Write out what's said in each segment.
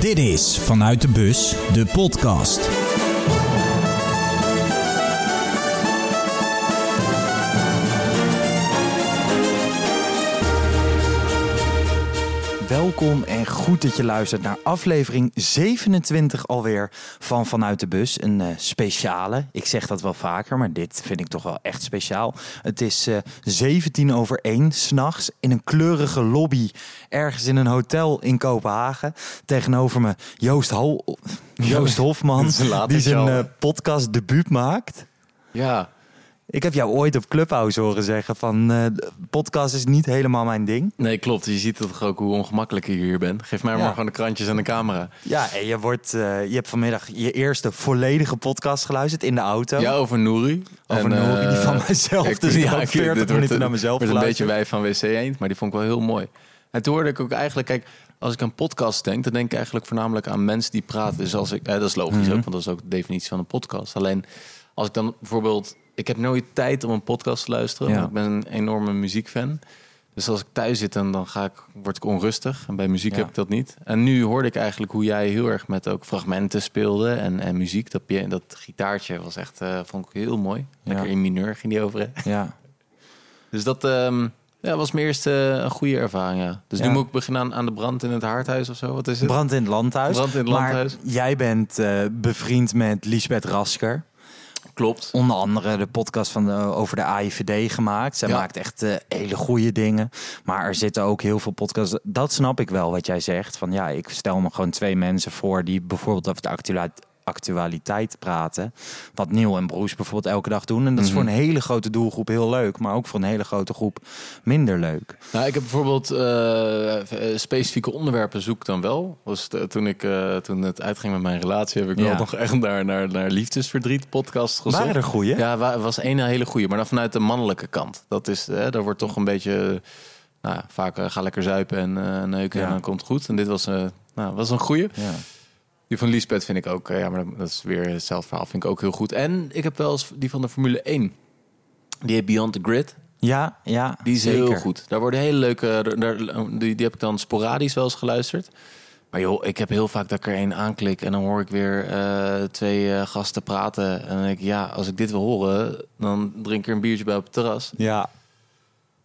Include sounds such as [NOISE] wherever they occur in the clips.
Dit is Vanuit de Bus, de podcast. Welkom en goed dat je luistert naar aflevering 27 alweer van Vanuit de Bus. Een eh, speciale, ik zeg dat wel vaker, maar dit vind ik toch wel echt speciaal. Het is eh 17 over 1 s'nachts in een kleurige lobby ergens in een hotel in Kopenhagen. Tegenover me Joost, Hol Joost Hofman, is een latertje die zijn al. eh, podcast debuut maakt. Ja, Ik heb jou ooit op Clubhouse horen zeggen van eh, de podcast is niet helemaal mijn ding. nee, klopt. Je ziet toch ook hoe ongemakkelijk je hier bent. Geef mij Ja. maar gewoon de krantjes en de camera. Ja, en je, wordt, eh, je hebt vanmiddag je eerste volledige podcast geluisterd in de auto. Ja, over Nouri. Over Nouri, die eh, van mijzelf. [LAUGHS] Dus ik heb dit 40 wordt minuten een- naar mezelf wordt een beetje geluisterd. wij van WC Eend, maar die vond ik wel heel mooi. En toen hoorde ik ook eigenlijk, kijk, als ik aan podcast denk, dan denk ik eigenlijk voornamelijk aan mensen die praten. Dus als ik, eh, dat is logisch Mhm. ook, want dat is ook de definitie van een podcast. Alleen als ik dan bijvoorbeeld, ik heb nooit tijd om een podcast te luisteren, Ja. want ik ben een enorme muziekfan. Dus als ik thuis zit en dan ga ik, word ik onrustig. En bij muziek Ja. heb ik dat niet. En nu hoorde ik eigenlijk hoe jij heel erg met ook fragmenten speelde en, en muziek. Dat, pia- dat gitaartje was echt, eh, vond ik heel mooi. Lekker Ja. in mineur ging die over. hè? Ja. Dus dat ehm, ja, was mijn eerste een goede ervaring. Ja. Dus Ja. nu moet ik beginnen aan, aan de brand in het haardhuis of zo. Wat is het? Brand in het landhuis. Brand in het maar landhuis. jij bent eh, bevriend met Lisbeth Rasker. Klopt. Onder andere de podcast van de, over de AIVD gemaakt. Zij Ja. maakt echt eh, hele goede dingen. Maar er zitten ook heel veel podcasts. Dat snap ik wel wat jij zegt. Van ja, ik stel me gewoon twee mensen voor die bijvoorbeeld over de actuali- actualiteit praten. Wat Neil en Bruce bijvoorbeeld elke dag doen. En dat is Mhm. voor een hele grote doelgroep heel leuk. Maar ook voor een hele grote groep minder leuk. Nou, ik heb bijvoorbeeld eh, eh, specifieke onderwerpen zoek dan wel. Dus eh, toen, ik, eh, toen het uitging met mijn relatie, heb ik Ja. wel nog echt naar, naar, naar liefdesverdriet podcast gezocht. Waren er goeie? Ja, wa- was één hele goede, maar dan vanuit de mannelijke kant. Dat is, hè, daar wordt toch een beetje, nou, ja, vaak eh, ga lekker zuipen en eh, neuken Ja. en dan komt het goed. En dit was, eh, nou, was een goede. Ja. Die van Liesbeth vind ik ook, eh, ja, maar dat- dat is weer hetzelfde verhaal, vind ik ook heel goed. En ik heb wel eens die van de Formule 1. Die heet Beyond the Grid. Ja, ja. Die is zeker. heel goed. Daar worden hele leuke. daar- daar- die, die heb ik dan sporadisch wel eens geluisterd. Maar joh, ik heb heel vaak dat ik er één aanklik en dan hoor ik weer eh, twee eh, gasten praten. En dan denk ik, ja, als ik dit wil horen, dan drink ik er een biertje bij op het terras. Ja.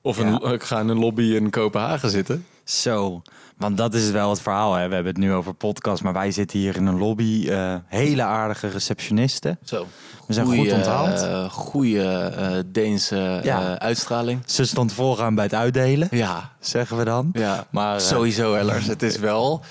Of een- ik ga in een lobby in Kopenhagen zitten. Zo, want dat is wel het verhaal. Hè? We hebben het nu over podcast, maar wij zitten hier in een lobby. eh, hele aardige receptionisten. Zo. We zijn goed onthaald. goede eh, Deense Ja. eh, uitstraling. Ze stond vooraan bij het uitdelen, Ja, zeggen we dan. Ja, maar eh, sowieso, Ellers. Het is wel.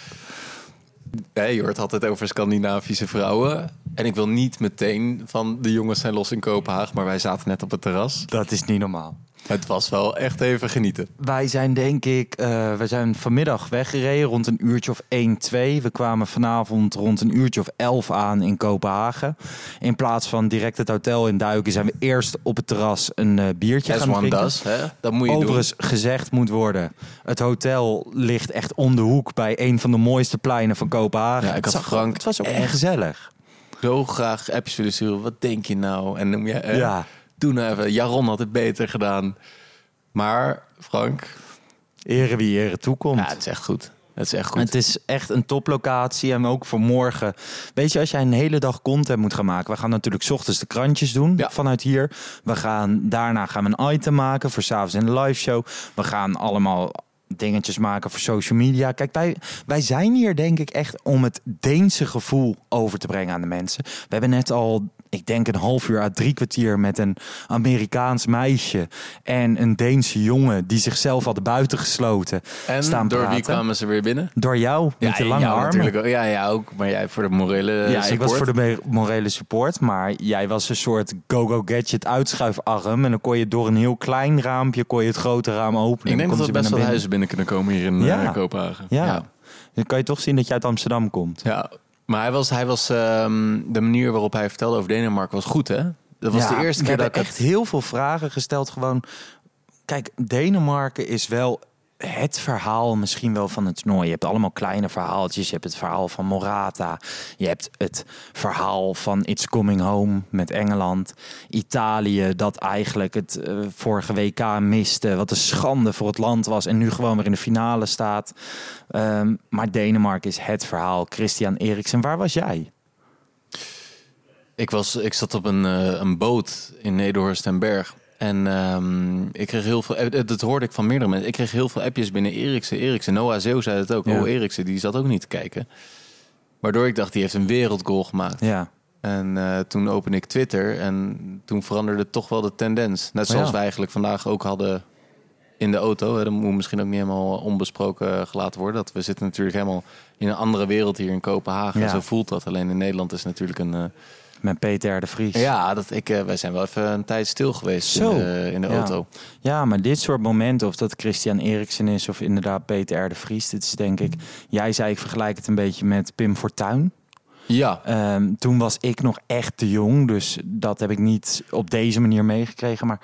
Hey, je hoort altijd over Scandinavische vrouwen. En ik wil niet meteen van de jongens zijn los in Kopenhagen, maar wij zaten net op het terras. Dat is niet normaal. Het was wel echt even genieten. Wij zijn denk ik, eh we zijn vanmiddag weggereden rond een uurtje of 1, 2. We kwamen vanavond rond een uurtje of 11 aan in Kopenhagen. In plaats van direct het hotel in duiken, zijn we eerst op het terras een eh, biertje As gaan one drinken. does, hè? dat moet je Overigens gezegd moet worden, het hotel ligt echt om de hoek bij een van de mooiste pleinen van Kopenhagen. Ja, ik had het, zag- Frank het was ook echt echt- gezellig. doen. Zo graag appjes willen sturen. Wat denk je nou? En dan, ja, eh, Ja. doe nou even. Jaron had het beter gedaan. Maar Frank, Ere wie ere toekomt. ja, het is echt goed. Het is echt goed. Het is echt een toplocatie en ook voor morgen. Weet je, als jij een hele dag content moet gaan maken. We gaan natuurlijk 's ochtends de krantjes doen Ja. vanuit hier. We gaan, daarna gaan we een item maken voor 's avonds in de live show. We gaan allemaal dingetjes maken voor social media. Kijk, wij, wij zijn hier denk ik echt om het Deense gevoel over te brengen aan de mensen. We hebben net al, ik denk een half uur à drie kwartier met een Amerikaans meisje en een Deense jongen die zichzelf hadden buitengesloten en staan door wie praten. kwamen ze weer binnen? Door jou, met je en lange jou armen. natuurlijk Eh, ook. Ja, ja, ook. Maar jij voor de morele Ja, ik was voor de me- morele support, maar jij was een soort go-go gadget uitschuifarm. En dan kon je door een heel klein raampje kon je het grote raam openen. Ik denk Dan dat kon we ze best weer wel naar huizen binnen kunnen komen hier in eh, Ja. Kopenhagen. binnen. Ja. ja. dan kan je toch zien dat je uit Amsterdam komt. Ja. Maar hij was, hij was ehm, de manier waarop hij vertelde over Denemarken was goed, hè? Dat was Ja, de eerste we keer dat ik hebben echt echt... heel veel vragen gesteld. Gewoon, kijk, Denemarken is wel het verhaal misschien wel van het toernooi. Je hebt allemaal kleine verhaaltjes. Je hebt het verhaal van Morata. Je hebt het verhaal van It's Coming Home met Engeland. Italië, dat eigenlijk het eh, vorige WK miste. Wat een schande voor het land was. En nu gewoon weer in de finale staat. Ehm, maar Denemarken is het verhaal. Christian Eriksen, waar was jij? Ik, was, ik zat op een, eh, een boot in Nederhorst en Berg. En ehm, ik kreeg heel veel... eh, Dat dat hoorde ik van meerdere mensen. Ik kreeg heel veel appjes binnen Eriksen. Eriksen. Noah Zeeuw zei het ook. Ja. Oh, Eriksen, die zat ook niet te kijken. Waardoor ik dacht, die heeft een wereldgoal gemaakt. Ja, En eh, toen opende ik Twitter en toen veranderde toch wel de tendens. Net zoals Oh Ja. wij eigenlijk vandaag ook hadden in de auto. Hè, dat moet misschien ook niet helemaal eh, onbesproken eh, gelaten worden. Dat we zitten natuurlijk helemaal in een andere wereld hier in Kopenhagen. Ja. Zo voelt dat. Alleen in Nederland is natuurlijk een... eh, met Peter R. de Vries. ja, dat ik, eh, wij zijn wel even een tijd stil geweest Zo. in de, eh, in de Ja. auto. Ja, maar dit soort momenten, of dat Christian Eriksen is of inderdaad Peter R. de Vries, dit is denk ik. Jij zei, ik vergelijk het een beetje met Pim Fortuyn. Ja, Ehm, toen was ik nog echt te jong, dus dat heb ik niet op deze manier meegekregen. Maar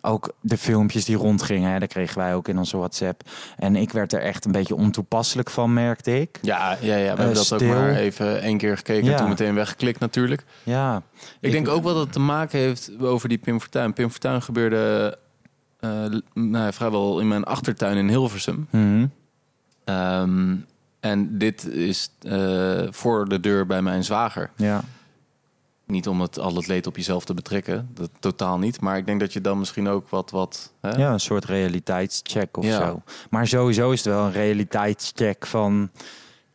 ook de filmpjes die rondgingen, hè, dat kregen wij ook in onze WhatsApp. En ik werd er echt een beetje ontoepasselijk van, merkte ik. ja, ja, ja. we hebben dat Eh, stil. ook maar even één keer gekeken. Ja. Toen meteen weggeklikt natuurlijk. Ja, Ik, denk ook wel dat het te maken heeft over die Pim Fortuyn. Pim Fortuyn gebeurde eh, l- nou, ja, vrijwel in mijn achtertuin in Hilversum. Mhm. Ehm, en dit is eh, voor de deur bij mijn zwager. ja. Niet om het, al het leed op jezelf te betrekken. Dat totaal niet. Maar ik denk dat je dan misschien ook wat... wat hè? Ja, een soort realiteitscheck of Ja. zo. Maar sowieso is het wel een realiteitscheck van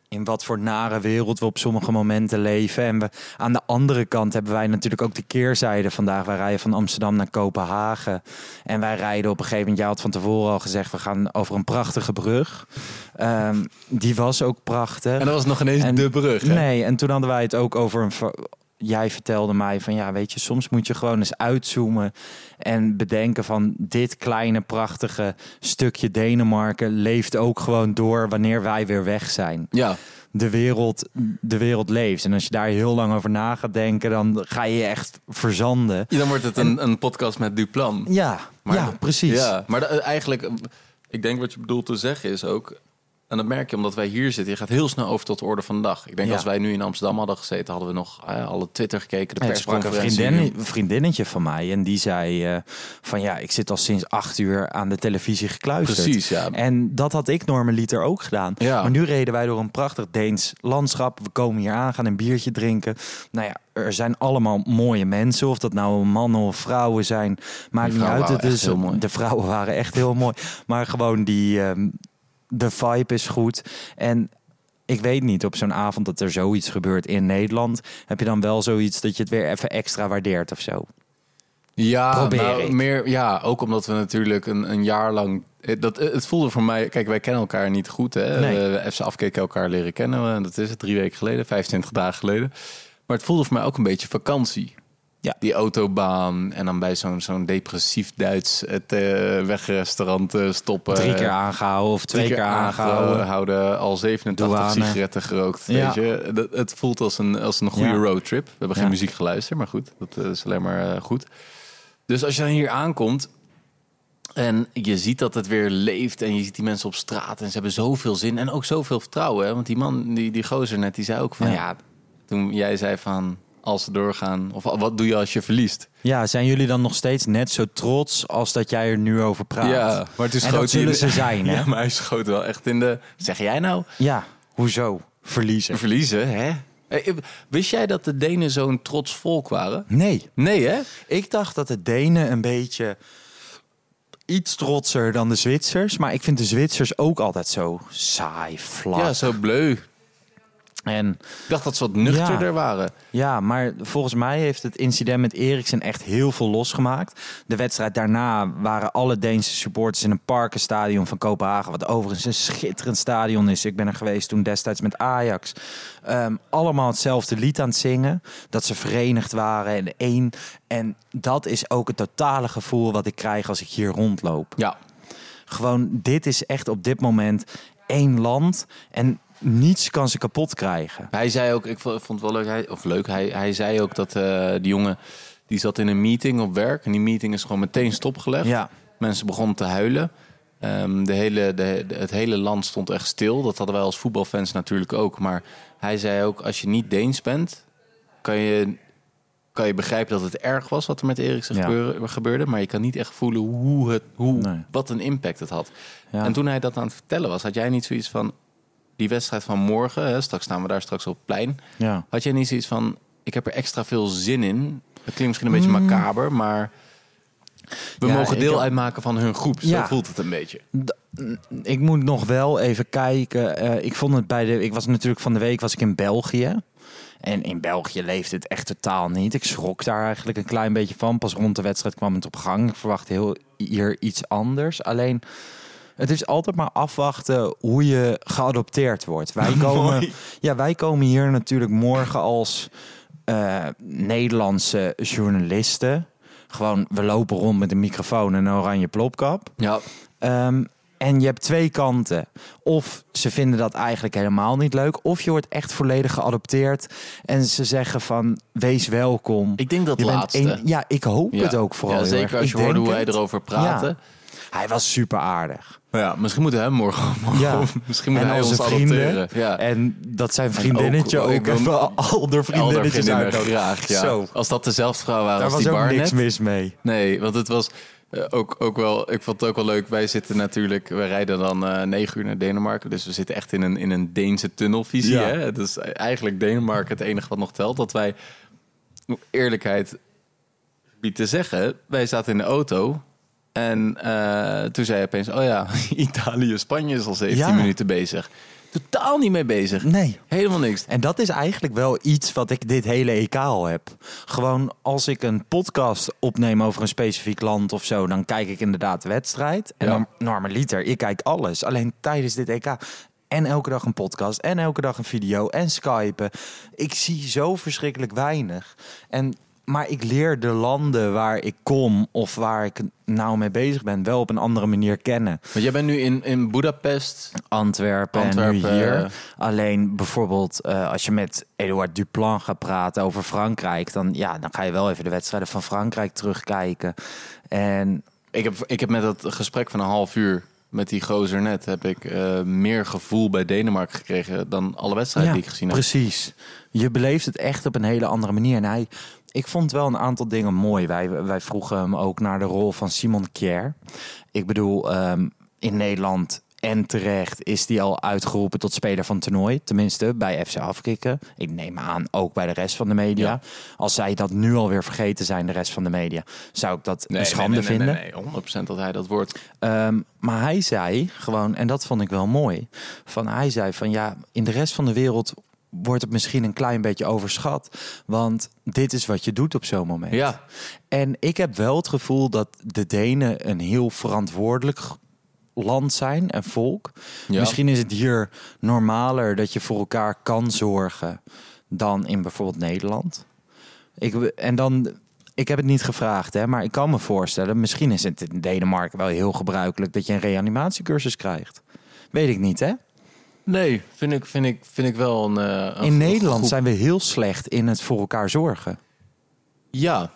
in wat voor nare wereld we op sommige momenten leven. En we, aan de andere kant hebben wij natuurlijk ook de keerzijde vandaag. Wij rijden van Amsterdam naar Kopenhagen. En wij rijden op een gegeven moment, jij had van tevoren al gezegd... we gaan over een prachtige brug. Ehm, die was ook prachtig. En dat was nog ineens En- de brug. Hè? Nee, en toen hadden wij het ook over een. ver- Jij vertelde mij van ja, weet je, soms moet je gewoon eens uitzoomen en bedenken van dit kleine prachtige stukje Denemarken leeft ook gewoon door wanneer wij weer weg zijn. Ja, De wereld, de wereld leeft. En als je daar heel lang over na gaat denken, dan ga je echt verzanden. dan wordt het een, een podcast met Duplan. Ja, Maar- ja precies. Ja, maar da- eigenlijk, eh, ik denk wat je bedoelt te zeggen is ook... En dat merk je omdat wij hier zitten. Je gaat heel snel over tot de orde van de dag. Ik denk Ja. als wij nu in Amsterdam hadden gezeten... hadden we nog eh, alle Twitter gekeken, de Ja, ik sprak een persconferentie. vriendin, vriendinnetje van mij en die zei eh, van ja, ik zit al sinds acht uur aan de televisie gekluisterd. Precies, ja. En dat had ik normaliter ook gedaan. Ja. Maar nu reden wij door een prachtig Deens landschap. We komen hier aan, gaan een biertje drinken. Nou ja, er zijn allemaal mooie mensen. Of dat nou mannen of vrouwen zijn, maakt niet vrouwen uit. Het waren echt is, heel mooi. de vrouwen waren echt heel mooi. Maar gewoon die, ehm, de vibe is goed. En ik weet niet, op zo'n avond dat er zoiets gebeurt in Nederland... heb je dan wel zoiets dat je het weer even extra waardeert of zo. Ja, Probeer nou, ik. meer, ja, ook omdat we natuurlijk een, een jaar lang... eh, Dat, eh, het voelde voor mij... Kijk, wij kennen elkaar niet goed. Hè? Nee. We- FC afkeken elkaar leren kennen. eh, Dat is het drie weken geleden, 25 dagen geleden. Maar het voelde voor mij ook een beetje vakantie. Ja. Die autobaan en dan bij zo'n zo'n depressief Duits het, eh, wegrestaurant eh, stoppen. Drie keer aangehouden of twee Drie keer aangehouden. aangehouden, al 87 Douane. sigaretten gerookt. Weet Ja. je? Dat, het voelt als een, als een goede Ja. roadtrip. We hebben geen Ja. muziek geluisterd, maar goed, dat eh, is alleen maar eh, goed. Dus als je dan hier aankomt en je ziet dat het weer leeft en je ziet die mensen op straat en ze hebben zoveel zin en ook zoveel vertrouwen. Hè? Want die man, die, die gozer net, die zei ook van Ja. ja. toen jij zei van als ze doorgaan, of wat doe je als je verliest? Ja, zijn jullie dan nog steeds net zo trots als dat jij er nu over praat? Ja, maar toen en schoot hij dat zullen in- ze [LAUGHS] zijn, hè? Ja, maar hij schoot wel echt in de. Zeg jij nou? Ja, hoezo? Verliezen. Verliezen, hè? Hey, Eh, Wist jij dat de Denen zo'n trots volk waren? Nee, Nee, hè? ik dacht dat de Denen een beetje iets trotser dan de Zwitsers. Maar ik vind de Zwitsers ook altijd zo saai, vlak. Ja, zo bleu. Ik En dacht dat ze wat nuchterder waren. ja, maar volgens mij heeft het incident met Eriksen echt heel veel losgemaakt. De wedstrijd daarna waren alle Deense supporters in een parkenstadion van Kopenhagen. Wat overigens een schitterend stadion is. Ik ben er geweest toen destijds met Ajax. Ehm, allemaal hetzelfde lied aan het zingen. Dat ze verenigd waren en één. En dat is ook het totale gevoel wat ik krijg als ik hier rondloop Ja. gewoon, dit is echt op dit moment één land en niets kan ze kapot krijgen. Hij zei ook, ik vo- vond het wel leuk, hij, of leuk, hij, hij zei ook dat eh, die jongen, die zat in een meeting op werk. En die meeting is gewoon meteen stopgelegd. Ja. Mensen begonnen te huilen. Ehm, de hele, de, de- het hele land stond echt stil. Dat hadden wij als voetbalfans natuurlijk ook. Maar hij zei ook, als je niet Deens bent, kan je, kan je begrijpen dat het erg was wat er met Eriksen Ja. gebeurde, gebeurde. Maar je kan niet echt voelen hoe het, hoe, Nee. wat een impact het had. Ja. En toen hij dat aan het vertellen was, had jij niet zoiets van... Die wedstrijd van morgen, hè, straks staan we daar straks op het plein. Ja. Had jij niet zoiets van, ik heb er extra veel zin in. Het klinkt misschien een beetje macaber, maar... We Mm. Ja, mogen ik deel heb- uitmaken van hun groep. Zo Ja. voelt het een beetje. Ik moet nog wel even kijken. Eh, ik vond het bij de. Ik was natuurlijk van de week was ik in België. En in België leeft het echt totaal niet. Ik schrok daar eigenlijk een klein beetje van. Pas rond de wedstrijd kwam het op gang. Ik verwachtte heel hier iets anders. Alleen, het is altijd maar afwachten hoe je geadopteerd wordt. Wij komen, ja, wij komen hier natuurlijk morgen als eh, Nederlandse journalisten. Gewoon, we lopen rond met een microfoon en een oranje plopkap. Ja, Ehm, en je hebt twee kanten. Of ze vinden dat eigenlijk helemaal niet leuk. Of je wordt echt volledig geadopteerd. En ze zeggen van, wees welkom. ik denk dat je bent laatste. één- ja, ik hoop Ja. het ook vooral Ja, heel zeker erg. als Ik je hoorde denk hoe hij het. erover praatte. Ja. Hij was super [LAUGHS] aardig. Maar ja, misschien moeten we hem morgen. morgen Ja. misschien moet En hij onze ons vrienden. adopteren. Ja. En dat zijn vriendinnetje ook- ook, ik wil- even [LAUGHS] al de Elder vriendinnetjes vriendinnen uitnodigen. graag. Ja. Zo, Als dat dezelfde vrouw waren daar als was die ook Barnett. niks mis mee. Nee, want het was eh, ook, ook wel... Ik vond het ook wel leuk. Wij zitten natuurlijk... Wij rijden dan eh, negen uur naar Denemarken. Dus we zitten echt in een, in een Deense tunnelvisie. Ja. Hè? Het is eigenlijk Denemarken het enige wat nog telt. Dat wij, om eerlijkheid biedt te zeggen... Wij zaten in de auto... En eh, toen zei hij opeens, oh ja, [LAUGHS] Italië, Spanje is al 17 Ja. minuten bezig. Totaal niet mee bezig. Nee. Helemaal niks. En dat is eigenlijk wel iets wat ik dit hele EK al heb. Gewoon als ik een podcast opneem over een specifiek land of zo, dan kijk ik inderdaad de wedstrijd. En Ja. norm- normaliter, ik kijk alles. Alleen tijdens dit EK. En elke dag een podcast, en elke dag een video, en skypen. Ik zie zo verschrikkelijk weinig. En, maar ik leer de landen waar ik kom of waar ik nou mee bezig ben, wel op een andere manier kennen. Want jij bent nu in, in Budapest. Antwerpen, en Antwerpen, nu hier. eh. Alleen bijvoorbeeld eh, als je met Eduard Duplan gaat praten over Frankrijk... Dan, ja, dan ga je wel even de wedstrijden van Frankrijk terugkijken. En Ik heb, ik heb met dat gesprek van een half uur met die gozer net... heb ik eh, meer gevoel bij Denemarken gekregen dan alle wedstrijden ja, die ik gezien heb. precies. Je beleeft het echt op een hele andere manier. En hij, ik vond wel een aantal dingen mooi. Wij, wij vroegen hem ook naar de rol van Simon Kjær. Ik bedoel, ehm, in Nederland en terecht is die al uitgeroepen tot speler van het toernooi. Tenminste, bij FC Afkikken. Ik neem aan, ook bij de rest van de media. Ja. Als zij dat nu alweer vergeten zijn, de rest van de media... zou ik dat een schande nee, nee, vinden. Nee, nee, 100% dat hij dat wordt. Ehm, maar hij zei gewoon, en dat vond ik wel mooi. Van hij zei van ja, in de rest van de wereld wordt het misschien een klein beetje overschat. Want dit is wat je doet op zo'n moment. Ja. En ik heb wel het gevoel dat de Denen een heel verantwoordelijk land zijn en volk. Ja. Misschien is het hier normaler dat je voor elkaar kan zorgen dan in bijvoorbeeld Nederland. Ik, w- en dan, ik heb het niet gevraagd, hè, maar ik kan me voorstellen, misschien is het in Denemarken wel heel gebruikelijk dat je een reanimatiecursus krijgt. Weet ik niet, hè? Nee, vind ik, vind ik, vind ik wel een... eh, een In go- Nederland goed- zijn we heel slecht in het voor elkaar zorgen. Ja,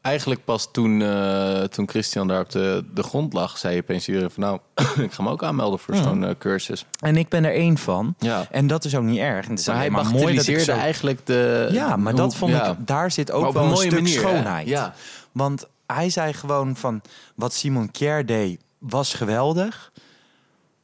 eigenlijk pas toen, eh, toen Christian daar op de, de grond lag... zei opeens iedereen van nou, [COUGHS] ik ga me ook aanmelden voor zo'n eh, cursus. En ik ben er één van. Ja. En dat is ook niet erg. En het is Maar hij alleen maar mooi dat ik bagatelliseerde zo eigenlijk de... Ja, maar dat eh, hoe- vond ja. ik, daar zit Maar ook op wel een een, mooie stuk manier, hè? schoonheid. Ja. Want hij zei gewoon van, wat Simon Kjær deed was geweldig.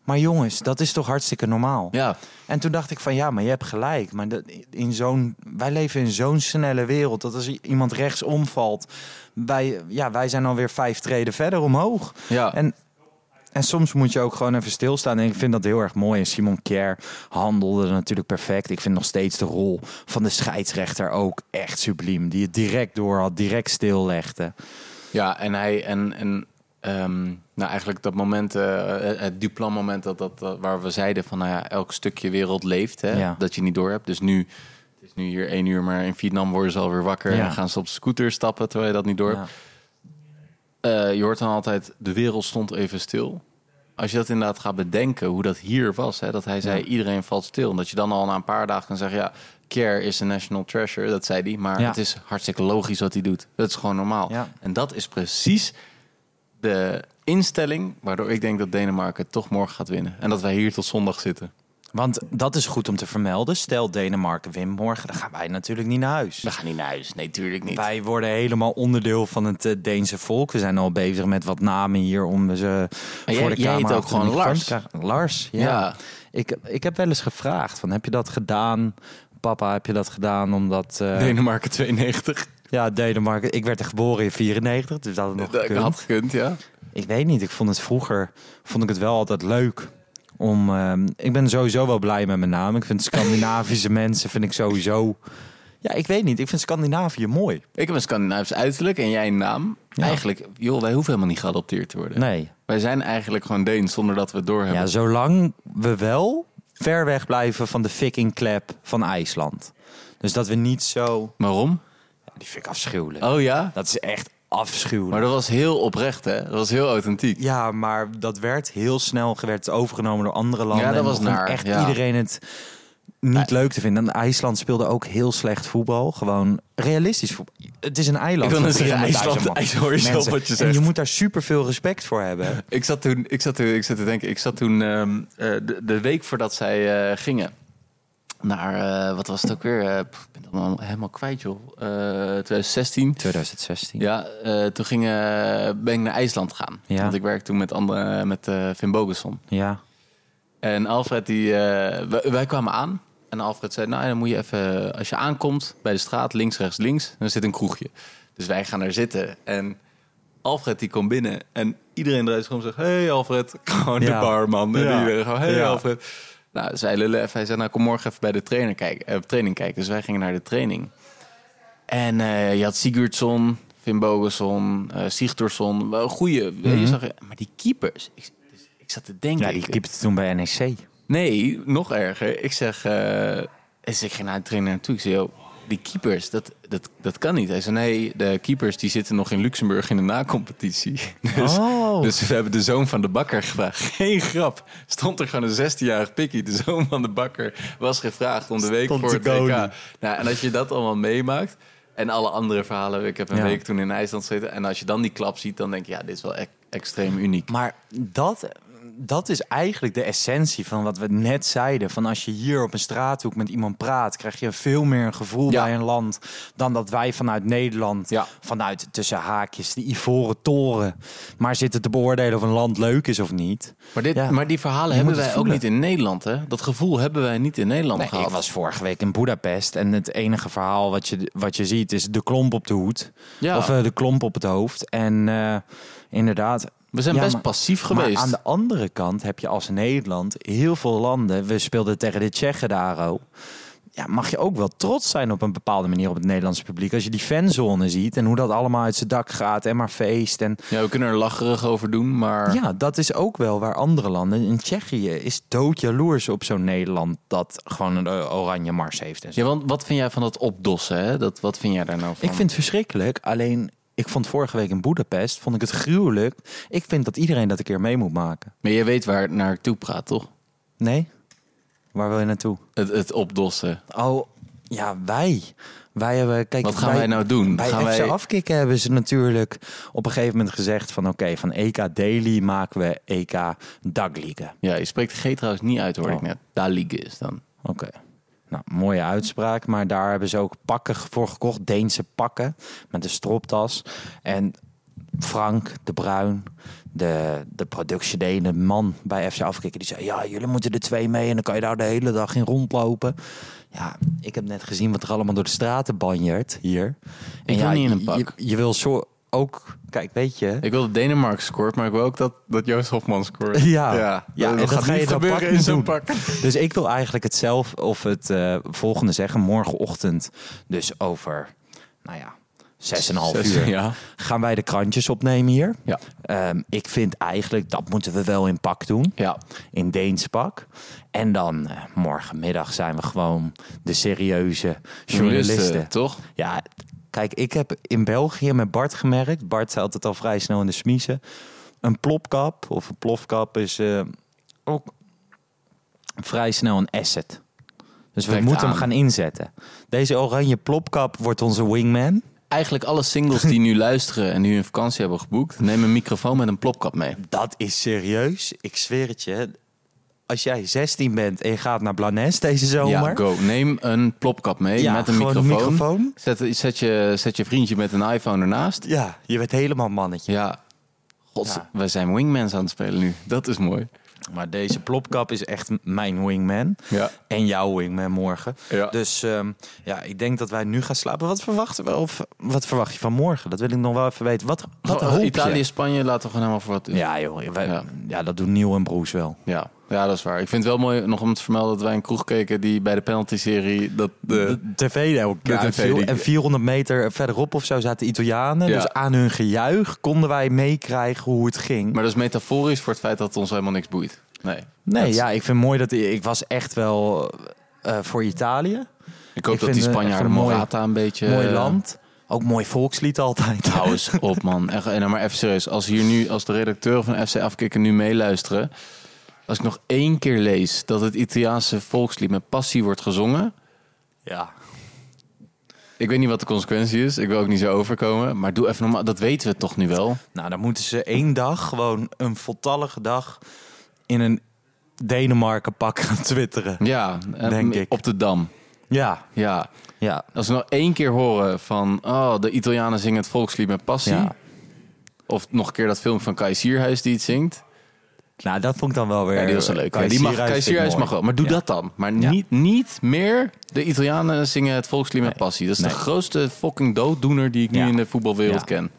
Maar jongens, dat is toch hartstikke normaal. Ja, En toen dacht ik van, ja, maar je hebt gelijk. Maar dat, in zo'n, wij leven in zo'n snelle wereld. Dat als i- iemand rechts omvalt, wij, ja, wij zijn alweer vijf treden verder omhoog. ja. En, en soms moet je ook gewoon even stilstaan. En ik vind dat heel erg mooi. En Simon Kier handelde natuurlijk perfect. Ik vind nog steeds de rol van de scheidsrechter ook echt subliem. Die het direct door had, direct stillegde. Ja, en hij en, en ehm, nou eigenlijk dat moment, eh, het Duplan moment dat, dat, dat- waar we zeiden van nou ja, elk stukje wereld leeft, hè, Ja. dat je niet door hebt. Dus nu, het is nu hier één uur, maar in Vietnam worden ze alweer wakker Ja. en gaan ze op scooter stappen terwijl je dat niet door hebt. Eh, je hoort dan altijd, de wereld stond even stil. Als je dat inderdaad gaat bedenken, hoe dat hier was, hè, dat hij zei, iedereen valt stil. En dat je dan al na een paar dagen kan zeggen, ja, care is a national treasure, dat zei hij. Maar Ja. het is hartstikke logisch wat hij doet. Dat is gewoon normaal. Ja. En dat is precies de, instelling waardoor ik denk dat Denemarken toch morgen gaat winnen. En dat wij hier tot zondag zitten. Want dat is goed om te vermelden. Stel Denemarken wint morgen, dan gaan wij natuurlijk niet naar huis. We gaan niet naar huis. Nee, tuurlijk niet. Wij worden helemaal onderdeel van het eh, Deense volk. We zijn al bezig met wat namen hier om eh, ze Maar voor jij- de jij camera heet ook achter de gewoon microfoon Lars. te krijgen. Lars, ja. Ja. Ik, ik heb wel eens gevraagd van heb je dat gedaan? Papa, heb je dat gedaan omdat... eh, Denemarken 92. ja, Denemarken. Ik werd er geboren in 94, dus dat had nog Dat gekund. had gekund, ja. Ik weet niet. Ik vond het vroeger vond ik het wel altijd leuk. Om, ehm, ik ben sowieso wel blij met mijn naam. Ik vind Scandinavische [LAUGHS] mensen vind ik sowieso. Ja, ik weet niet. Ik vind Scandinavië mooi. Ik heb een Scandinavisch uiterlijk en jij een naam. Eigenlijk, joh, wij hoeven helemaal niet geadopteerd te worden. Nee. Wij zijn eigenlijk gewoon Deens zonder dat we het door Ja, hebben. zolang we wel ver weg blijven van de fucking clap van IJsland. Dus dat we niet zo. Waarom? Die vind ik afschuwelijk. Oh ja? Dat is echt Maar afschuwelijk. dat was heel oprecht, hè? Dat was heel authentiek. Ja, maar dat werd heel snel werd overgenomen door andere landen. Ja, dat En was begon naar, echt ja. iedereen het niet leuk te vinden. En IJsland speelde ook heel slecht voetbal. Gewoon realistisch voetbal. Het is een Ik eiland. wil net van zeggen, 300.000 IJsland, man- [LAUGHS] IJsland, hoor je zelf mensen. wat je En zegt. je moet daar super veel respect voor [LAUGHS] hebben. Ik zat toen, ik zat toen, ik zat te denken, ik zat toen ehm, eh, de, de week voordat zij eh, gingen naar, eh, wat was het ook weer? Eh, pff, ik ben het allemaal helemaal kwijt, joh. Eh, 2016. 2016. Ja, eh, toen ging, eh, ben ik naar IJsland gaan. Ja. Want ik werkte toen met, andere, met eh Finn Bogason. ja. En Alfred, die, eh, wij, wij kwamen aan. En Alfred zei, nou, dan moet je even... Als je aankomt bij de straat, links, rechts, links... dan zit een kroegje. Dus wij gaan daar zitten. En Alfred, die komt binnen. En iedereen eruit komt zegt... hey, Alfred. [LAUGHS] Gewoon Ja. de barman. En Ja. iedereen gewoon, hey, Ja. Alfred. Nou, zij lullen even. Hij zei, nou, kom morgen even bij de trainer kijken, eh, training kijken. Dus wij gingen naar de training. En eh, je had Sigurdsson, Finn Bogason, eh Sigthorsson. Wel goeie. je zag, maar die keepers... Ik, dus ik zat te denken... Mhm. Ja, die ik- keepte toen bij E NEC. Nee, nog erger. Ik zeg, eh dus ik ging naar de trainer naartoe. Ik zei, "Yo, die keepers, dat, dat, dat kan niet. Hij zei, nee, de keepers die zitten nog in Luxemburg in de nacompetitie. [LAUGHS] Dus, Oh. dus we hebben de zoon van de bakker gevraagd. [LAUGHS] Geen grap. Stond er gewoon een 16-jarig pikkie. De zoon van de bakker was gevraagd om de week Stond voor te het WK. kolen. Nou, en als je dat allemaal meemaakt... En alle andere verhalen. Ik heb een Ja. week toen in IJsland gezeten. En als je dan die klap ziet, dan denk je... ja, dit is wel e- extreem uniek. Maar dat, dat is eigenlijk de essentie van wat we net zeiden. Van als je hier op een straathoek met iemand praat, krijg je veel meer een gevoel Ja. bij een land dan dat wij vanuit Nederland, Ja. vanuit tussen haakjes, de ivoren toren, maar zitten te beoordelen of een land leuk is of niet. Maar, dit, Ja. maar die verhalen Je hebben moet wij het ook voelen. niet in Nederland, hè? Dat gevoel hebben wij niet in Nederland Nee, gehad. ik was vorige week in Boedapest en het enige verhaal wat je, wat je ziet is de klomp op de hoed. Ja. Of eh, de klomp op het hoofd. En eh, inderdaad. We zijn ja, best maar- passief geweest. Maar aan de andere kant heb je als Nederland heel veel landen. We speelden tegen de Tsjechen daar ook. Ja, mag je ook wel trots zijn op een bepaalde manier op het Nederlandse publiek. Als je die fanzone ziet en hoe dat allemaal uit zijn dak gaat en maar feest. En Ja, we kunnen er lacherig over doen, maar... ja, dat is ook wel waar andere landen. In Tsjechië is doodjaloers op zo'n Nederland dat gewoon een eh, oranje mars heeft. En zo. Ja, want wat vind jij van dat opdossen, hè? Dat, wat vind jij daar nou van? Ik vind het verschrikkelijk. Alleen, ik vond vorige week in Boedapest, vond ik het gruwelijk. Ik vind dat iedereen dat een keer mee moet maken. Maar jij weet waar het naartoe praat, toch? Nee? Waar wil je naartoe? Het, het opdossen. Oh, ja, wij. Wij hebben, kijk, Wat gaan wij nou doen? Bij Gaan FC wij- Afkikken hebben ze natuurlijk op een gegeven moment gezegd van... oké, van EK Daily maken we EK Dagliga. Ja, je spreekt de G trouwens niet uit, hoor ik Oh. net. Daar liggen is dan. Oké. Nou, mooie uitspraak. Maar daar hebben ze ook pakken voor gekocht. Deense pakken met een stropdas. En Frank de Bruin, de, de productiedene man bij FC Afkikken... die zei, ja, jullie moeten er twee mee... en dan kan je daar de hele dag in rondlopen. Ja, ik heb net gezien wat er allemaal door de straten banjert hier. wil En ja, niet in een je- pak. Je, je wil zo ook... Kijk, weet je... Ik wil dat Denemarken scoort, maar ik wil ook dat, dat Joost Hofman scoort. [LAUGHS] Ja, ja, dat, en dat dat gaat ga je niet dat gebeuren pak in niet zo'n doen. pak. Dus ik wil eigenlijk het zelf of het eh, volgende zeggen. Morgenochtend, dus over, nou ja, 6,5 Zes- uur. Ja. Gaan wij de krantjes opnemen hier? Ja. Ehm, ik vind eigenlijk dat moeten we wel in pak doen. ja. In Deens pak. En dan eh, morgenmiddag zijn we gewoon de serieuze journalisten. Journalisten, toch? Ja, kijk, ik heb in België met Bart gemerkt. Bart zei altijd al vrij snel in de smiezen. Een plopkap of een plofkap is eh, ook vrij snel een asset. Dus we Trekt moeten aan. hem gaan inzetten. Deze oranje plopkap wordt onze wingman. eigenlijk alle singles die [LAUGHS] nu luisteren en nu een vakantie hebben geboekt, neem een microfoon met een plopkap mee. Dat is serieus. Ik zweer het je. Als jij 16 bent en je gaat naar Blanes deze zomer. Ja, go. Neem een plopkap mee Ja, met een gewoon een microfoon. microfoon. Zet, zet, je, zet je vriendje met een iPhone ernaast. Ja, je bent helemaal mannetje. Ja. God, Ja. wij zijn wingmans aan het spelen nu. Dat is mooi. Maar deze plopkap is echt m- mijn wingman. Ja. En jouw wingman morgen. Ja. Dus ehm, ja, ik denk dat wij nu gaan slapen. Wat verwachten we? Of wat verwacht je van morgen? Dat wil ik nog wel even weten. Wat, wat Gewoon, eh, hoop je? Italië, Spanje, laten we gewoon helemaal voor wat is. Ja, joh. wij- ja. Ja. dat doen Nieuw en Broes wel. Ja. ja, dat is waar. Ik vind het wel mooi nog om te vermelden dat wij een kroeg keken die bij de penalty-serie... Dat eh, de, De tv daar ook. De Ja, TV die- en 400 meter verderop of zo zaten Italianen. Ja. Dus aan hun gejuich konden wij meekrijgen hoe het ging. Maar dat is metaforisch voor het feit dat het ons helemaal niks boeit. Nee. nee, Dat is- ja, ik vind mooi dat... Ik was echt wel eh, voor Italië. Ik hoop Ik dat vind die het Spanjaarden echt een mooi- Morata een beetje... eh, mooi land. Ook mooi volkslied altijd. Hou eens op, man. Echt, en dan maar even serieus. Als hier nu, als de redacteur van FC Afkikken nu meeluisteren. Als ik nog één keer lees dat het Italiaanse volkslied met passie wordt gezongen. Ja. Ik weet niet wat de consequentie is. Ik wil ook niet zo overkomen. Maar doe even normaal. Dat weten we toch nu wel. Nou, dan moeten ze één dag, gewoon een voltallige dag, in een Denemarken pak gaan twitteren. Ja, en Denk ik. op de Dam. Ja, Ja. ja. Als we nog één keer horen van... Oh, de Italianen zingen het volkslied met passie. Ja. Of nog een keer dat film van Kai Sierhuis die het zingt. Nou, dat vond ik dan wel weer... Ja, die was wel leuk. Kai Ja, die mag, Sierhuis Eh, Kai vind ik Sierhuis mooi. mag wel. Maar doe Ja. dat dan. Maar Ja. niet, niet meer de Italianen zingen het volkslied met passie. Dat is Nee. de grootste fucking dooddoener die ik nu Ja. in de voetbalwereld Ja. ken.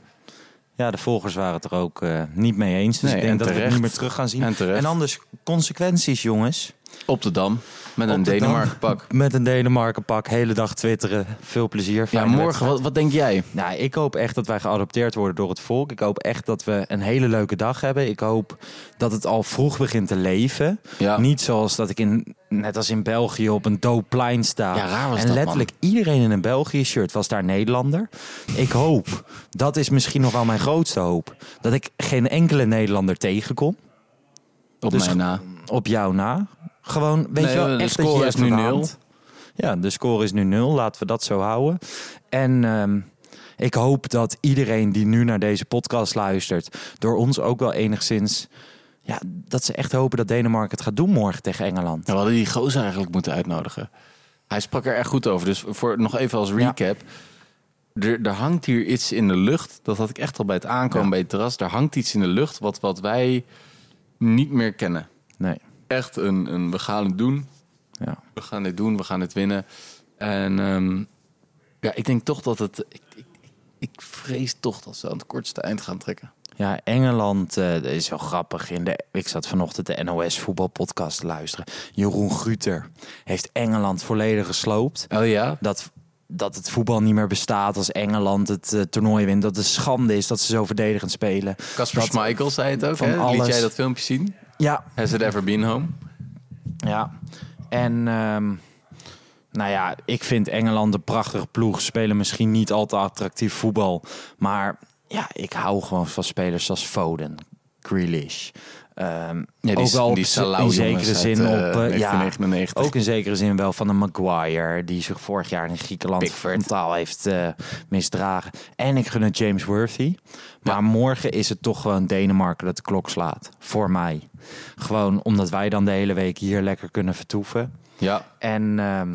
Ja, de volgers waren het er ook eh, niet mee eens. Dus Nee, ik denk en dat we het terecht. niet meer terug gaan zien. En terecht. anders, consequenties, jongens. Op de Dam. Met een de Dam. Denemarken pak. Met een Denemarken pak, hele dag twitteren. Veel [LAUGHS] plezier. Ja, fijne morgen. wedstrijd. Wat, wat denk jij? Nou, ik hoop echt dat wij geadopteerd worden door het volk. Ik hoop echt dat we een hele leuke dag hebben. Ik hoop dat het al vroeg begint te leven. Ja. Niet zoals dat ik in, net als in België op een doodplein sta. Ja, raar was en dat, letterlijk iedereen in een België-shirt was daar Nederlander. Ik hoop, dat is misschien nog wel mijn grootste hoop, dat ik geen enkele Nederlander tegenkom Op Dus mij na. op jou na. Gewoon, weet Nee, je wel, de echt score dat je is hebt nu aan de nul. hand. Ja, de score is nu nul. Laten we dat zo houden. En ehm, ik hoop dat iedereen die nu naar deze podcast luistert, door ons ook wel enigszins, ja, dat ze echt hopen dat Denemarken het gaat doen morgen tegen Engeland. Ja, we hadden die gozer eigenlijk moeten uitnodigen. Hij sprak er echt goed over. Dus voor, nog even als recap. Er, er hangt hier iets in de lucht. Dat had ik echt al bij het aankomen Ja. bij het terras. Er hangt iets in de lucht wat, wat wij niet meer kennen. Nee, Echt een, een we gaan het doen. ja. we gaan dit doen, we gaan dit winnen. En ehm, ja, ik denk toch dat het. Ik, ik, ik vrees toch dat ze aan het kortste eind gaan trekken. Ja, Engeland eh, dat is wel grappig. In de, ik zat vanochtend de NOS voetbalpodcast te luisteren. Jeroen Guter heeft Engeland volledig gesloopt. Oh ja? dat, dat het voetbal niet meer bestaat als Engeland het eh, toernooi wint. Dat het schande is dat ze zo verdedigend spelen. Casper Dat- Schmeichel zei het ook. van Hè? Liet alles. jij dat filmpje zien? Ja, Has it ever been home? ja. En ehm, nou ja, ik vind Engeland een prachtige ploeg. Ze Spelen misschien niet al te attractief voetbal. Maar ja, ik hou gewoon van spelers als Foden, Grealish. Ehm, Ja, die- ook wel op die z- Salah, in jongens, zekere uit, zin eh, op... eh, ja, 1999. ook in zekere zin wel van een Maguire... die zich vorig jaar in Griekenland Pickford. frontaal heeft eh, misdragen. En ik gun het James Worthy. Maar morgen is het toch gewoon Denemarken dat de klok slaat. Voor mij. Gewoon omdat wij dan de hele week hier lekker kunnen vertoeven. Ja. En ehm,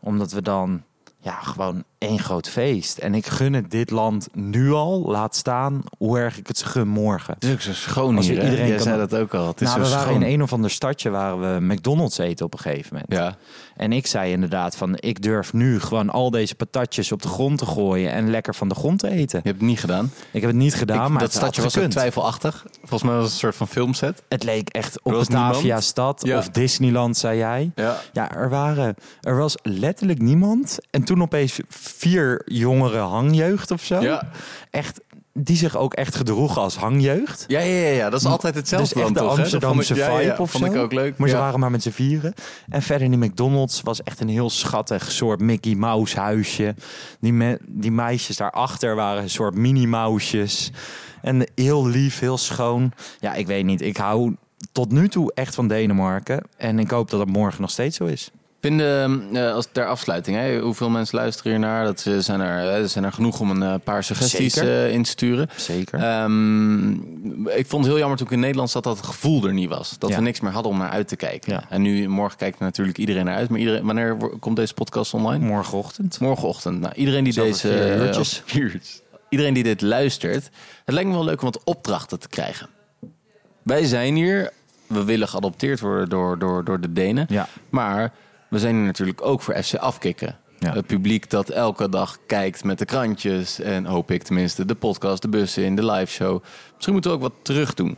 omdat we dan ja, gewoon één groot feest. En ik gun het dit land nu al, laat staan hoe erg ik het ze gun morgen. Het is ook zo schoon Als we hier. hè? iedereen Jij kan- zei dat ook al. Het is Nou, we zo waren schoon. in een of ander stadje waar we McDonald's eten op een gegeven moment. Ja. En ik zei inderdaad van, ik durf nu gewoon al deze patatjes op de grond te gooien en lekker van de grond te eten. Je hebt het niet gedaan. Ik heb het niet gedaan, Ik- maar dat het had stadje was ook gekund. twijfelachtig. Volgens mij was het een soort van filmset. Het leek echt Er op was Batavia niemand. stad Ja. of Disneyland, zei jij. Ja. Ja, er, waren, er was letterlijk niemand. En toen opeens vier jongere hangjeugd of zo. Ja. Echt, die zich ook echt gedroegen als hangjeugd. Ja, ja, ja, ja. dat is altijd hetzelfde. dus echt dan de toch, hè? Dat vond Amsterdamse ik- ja, ja, vibe ja, of vond zo. ik ook leuk. Maar ze Ja. waren maar met z'n vieren. En verder in de McDonald's was echt een heel schattig soort Mickey Mouse huisje. Die, me- die meisjes daarachter waren een soort mini mousejes. En heel lief, heel schoon. Ja, ik weet niet. Ik hou tot nu toe echt van Denemarken. En ik hoop dat het morgen nog steeds zo is. Vinden, eh, als ter afsluiting, hè, hoeveel mensen luisteren hiernaar? Dat eh, zijn er, eh, er zijn er genoeg om een eh, paar suggesties Zeker. eh, in te sturen. Zeker. Ehm, ik vond het heel jammer toen ik in Nederland zat dat het gevoel er niet was. Dat Ja. we niks meer hadden om naar uit te kijken. Ja. En nu, morgen kijkt natuurlijk iedereen naar uit. Maar iedereen, wanneer wo- komt deze podcast online? Morgenochtend. Morgenochtend. Nou, iedereen die Dus over deze. vier eh, uurtjes. over vier uurtjes. Iedereen die dit luistert. Het lijkt me wel leuk om wat opdrachten te krijgen. Wij zijn hier. We willen geadopteerd worden door, door, door de Denen. Ja. Maar we zijn hier natuurlijk ook voor FC Afkikken. Ja. Het publiek dat elke dag kijkt met de krantjes. En hoop ik tenminste. De podcast, de bussen in, de live show. Misschien moeten we ook wat terug doen.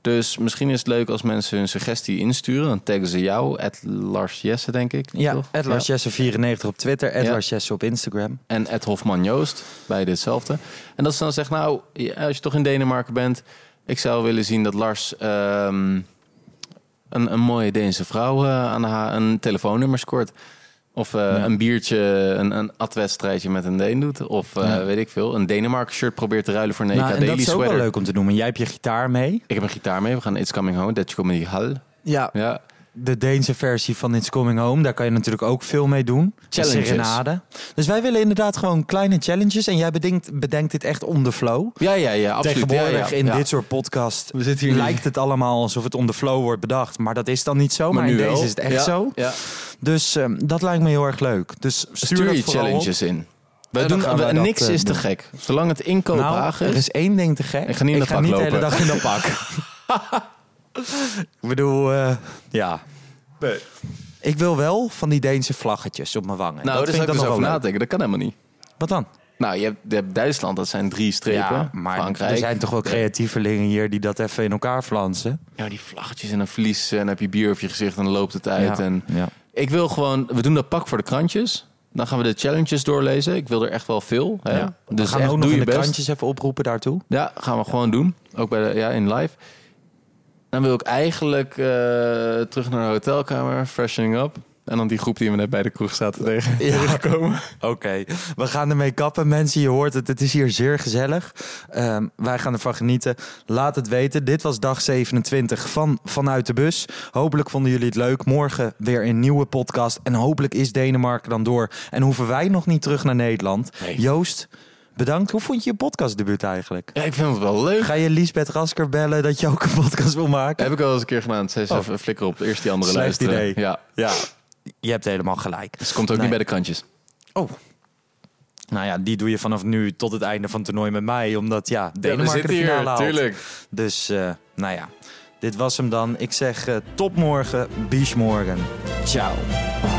Dus misschien is het leuk als mensen hun suggestie insturen. Dan taggen ze jou, at Lars Jesse, denk ik. Ja, toch? @larsjesse94 op Twitter, Ja. @larsjesse op Instagram. en Ed Hofman Joost, beide hetzelfde. En dat ze dan zegt, nou, ja, als je toch in Denemarken bent... ik zou willen zien dat Lars ehm, een, een mooie Deense vrouw eh, aan haar een telefoonnummer scoort. Of eh, een biertje, een, een adwedstrijdje met een Deen doet. Of eh, weet ik veel, een Denemarken shirt probeert te ruilen voor een nou, EK en dat Daily is ook wel sweater. leuk om te noemen. Jij hebt je gitaar mee. Ik heb een gitaar mee, we gaan It's Coming Home, Dutch Comedy Hall. Ja. Ja, De Deense versie van It's Coming Home. Daar kan je natuurlijk ook veel mee doen. Challenges. Serenade. Dus wij willen inderdaad gewoon kleine challenges. En jij bedenkt, bedenkt dit echt on the flow. ja, ja, ja absoluut. Tegenwoordig Ja, ja, in ja. dit soort podcast We zitten hier nu. lijkt het allemaal alsof het on the flow wordt bedacht. Maar dat is dan niet zo. Maar, nu in deze wel. is het echt Ja, zo. Ja. Dus ehm, dat lijkt me heel erg leuk. Dus stuur, Stuur, dat je vooral op. challenges in. We En dan doen, gaan we- wij dat, niks eh, is te doen. gek. Zolang het inkoop laag Nou, er is. is één ding te gek. Ik ga niet in dat pak de hele lopen. dag in dat pak. [LAUGHS] Ik bedoel, eh, ja. Ik wil wel van die Deense vlaggetjes op mijn wangen. Nou, daar dat zou vind ik dus dan nog over wel leuk. nadenken. Dat kan helemaal niet. Wat dan? Nou, je hebt, je hebt Duitsland, dat zijn drie strepen. Ja, maar Frankrijk. er zijn toch wel creatievelingen hier die dat even in elkaar flansen. Ja, die vlaggetjes en een vlies en dan heb je bier op je gezicht en dan loopt het uit. Ja, En ja. Ik wil gewoon, we doen dat pak voor de krantjes. Dan gaan we de challenges doorlezen. Ik wil er echt wel veel. Hè? Ja. Dus we gaan echt, ook nog doe in je de best. krantjes even oproepen daartoe. Ja, gaan we gewoon doen. Ook bij de, ja, in live. Dan wil ik eigenlijk eh, terug naar de hotelkamer, freshening up. En dan die groep die we net bij de kroeg zaten tegen. Ja. [LAUGHS] Oké, we gaan ermee kappen mensen. Je hoort het, het is hier zeer gezellig. Ehm, wij gaan ervan genieten. Laat het weten. Dit was dag 27 van Vanuit de Bus. Hopelijk vonden jullie het leuk. Morgen weer een nieuwe podcast. En hopelijk is Denemarken dan door. En hoeven wij nog niet terug naar Nederland. Nee. Joost, bedankt. Hoe vond je je podcastdebuut eigenlijk? Ja, ik vind het wel leuk. Ga je Liesbeth Rasker bellen dat je ook een podcast wil maken? Heb ik al eens een keer gedaan. Ze zei, even flikker op. Eerst die andere Oh. Slecht luisteren. idee. Ja. Ja, je hebt helemaal gelijk. Ze komt ook Nee. niet bij de krantjes. Oh. Nou ja, die doe je vanaf nu tot het einde van het toernooi met mij. Omdat ja, Denemarken de finale haalt. Dus eh, nou ja, dit was hem dan. Ik zeg eh, tot morgen. Bis morgen. Ciao.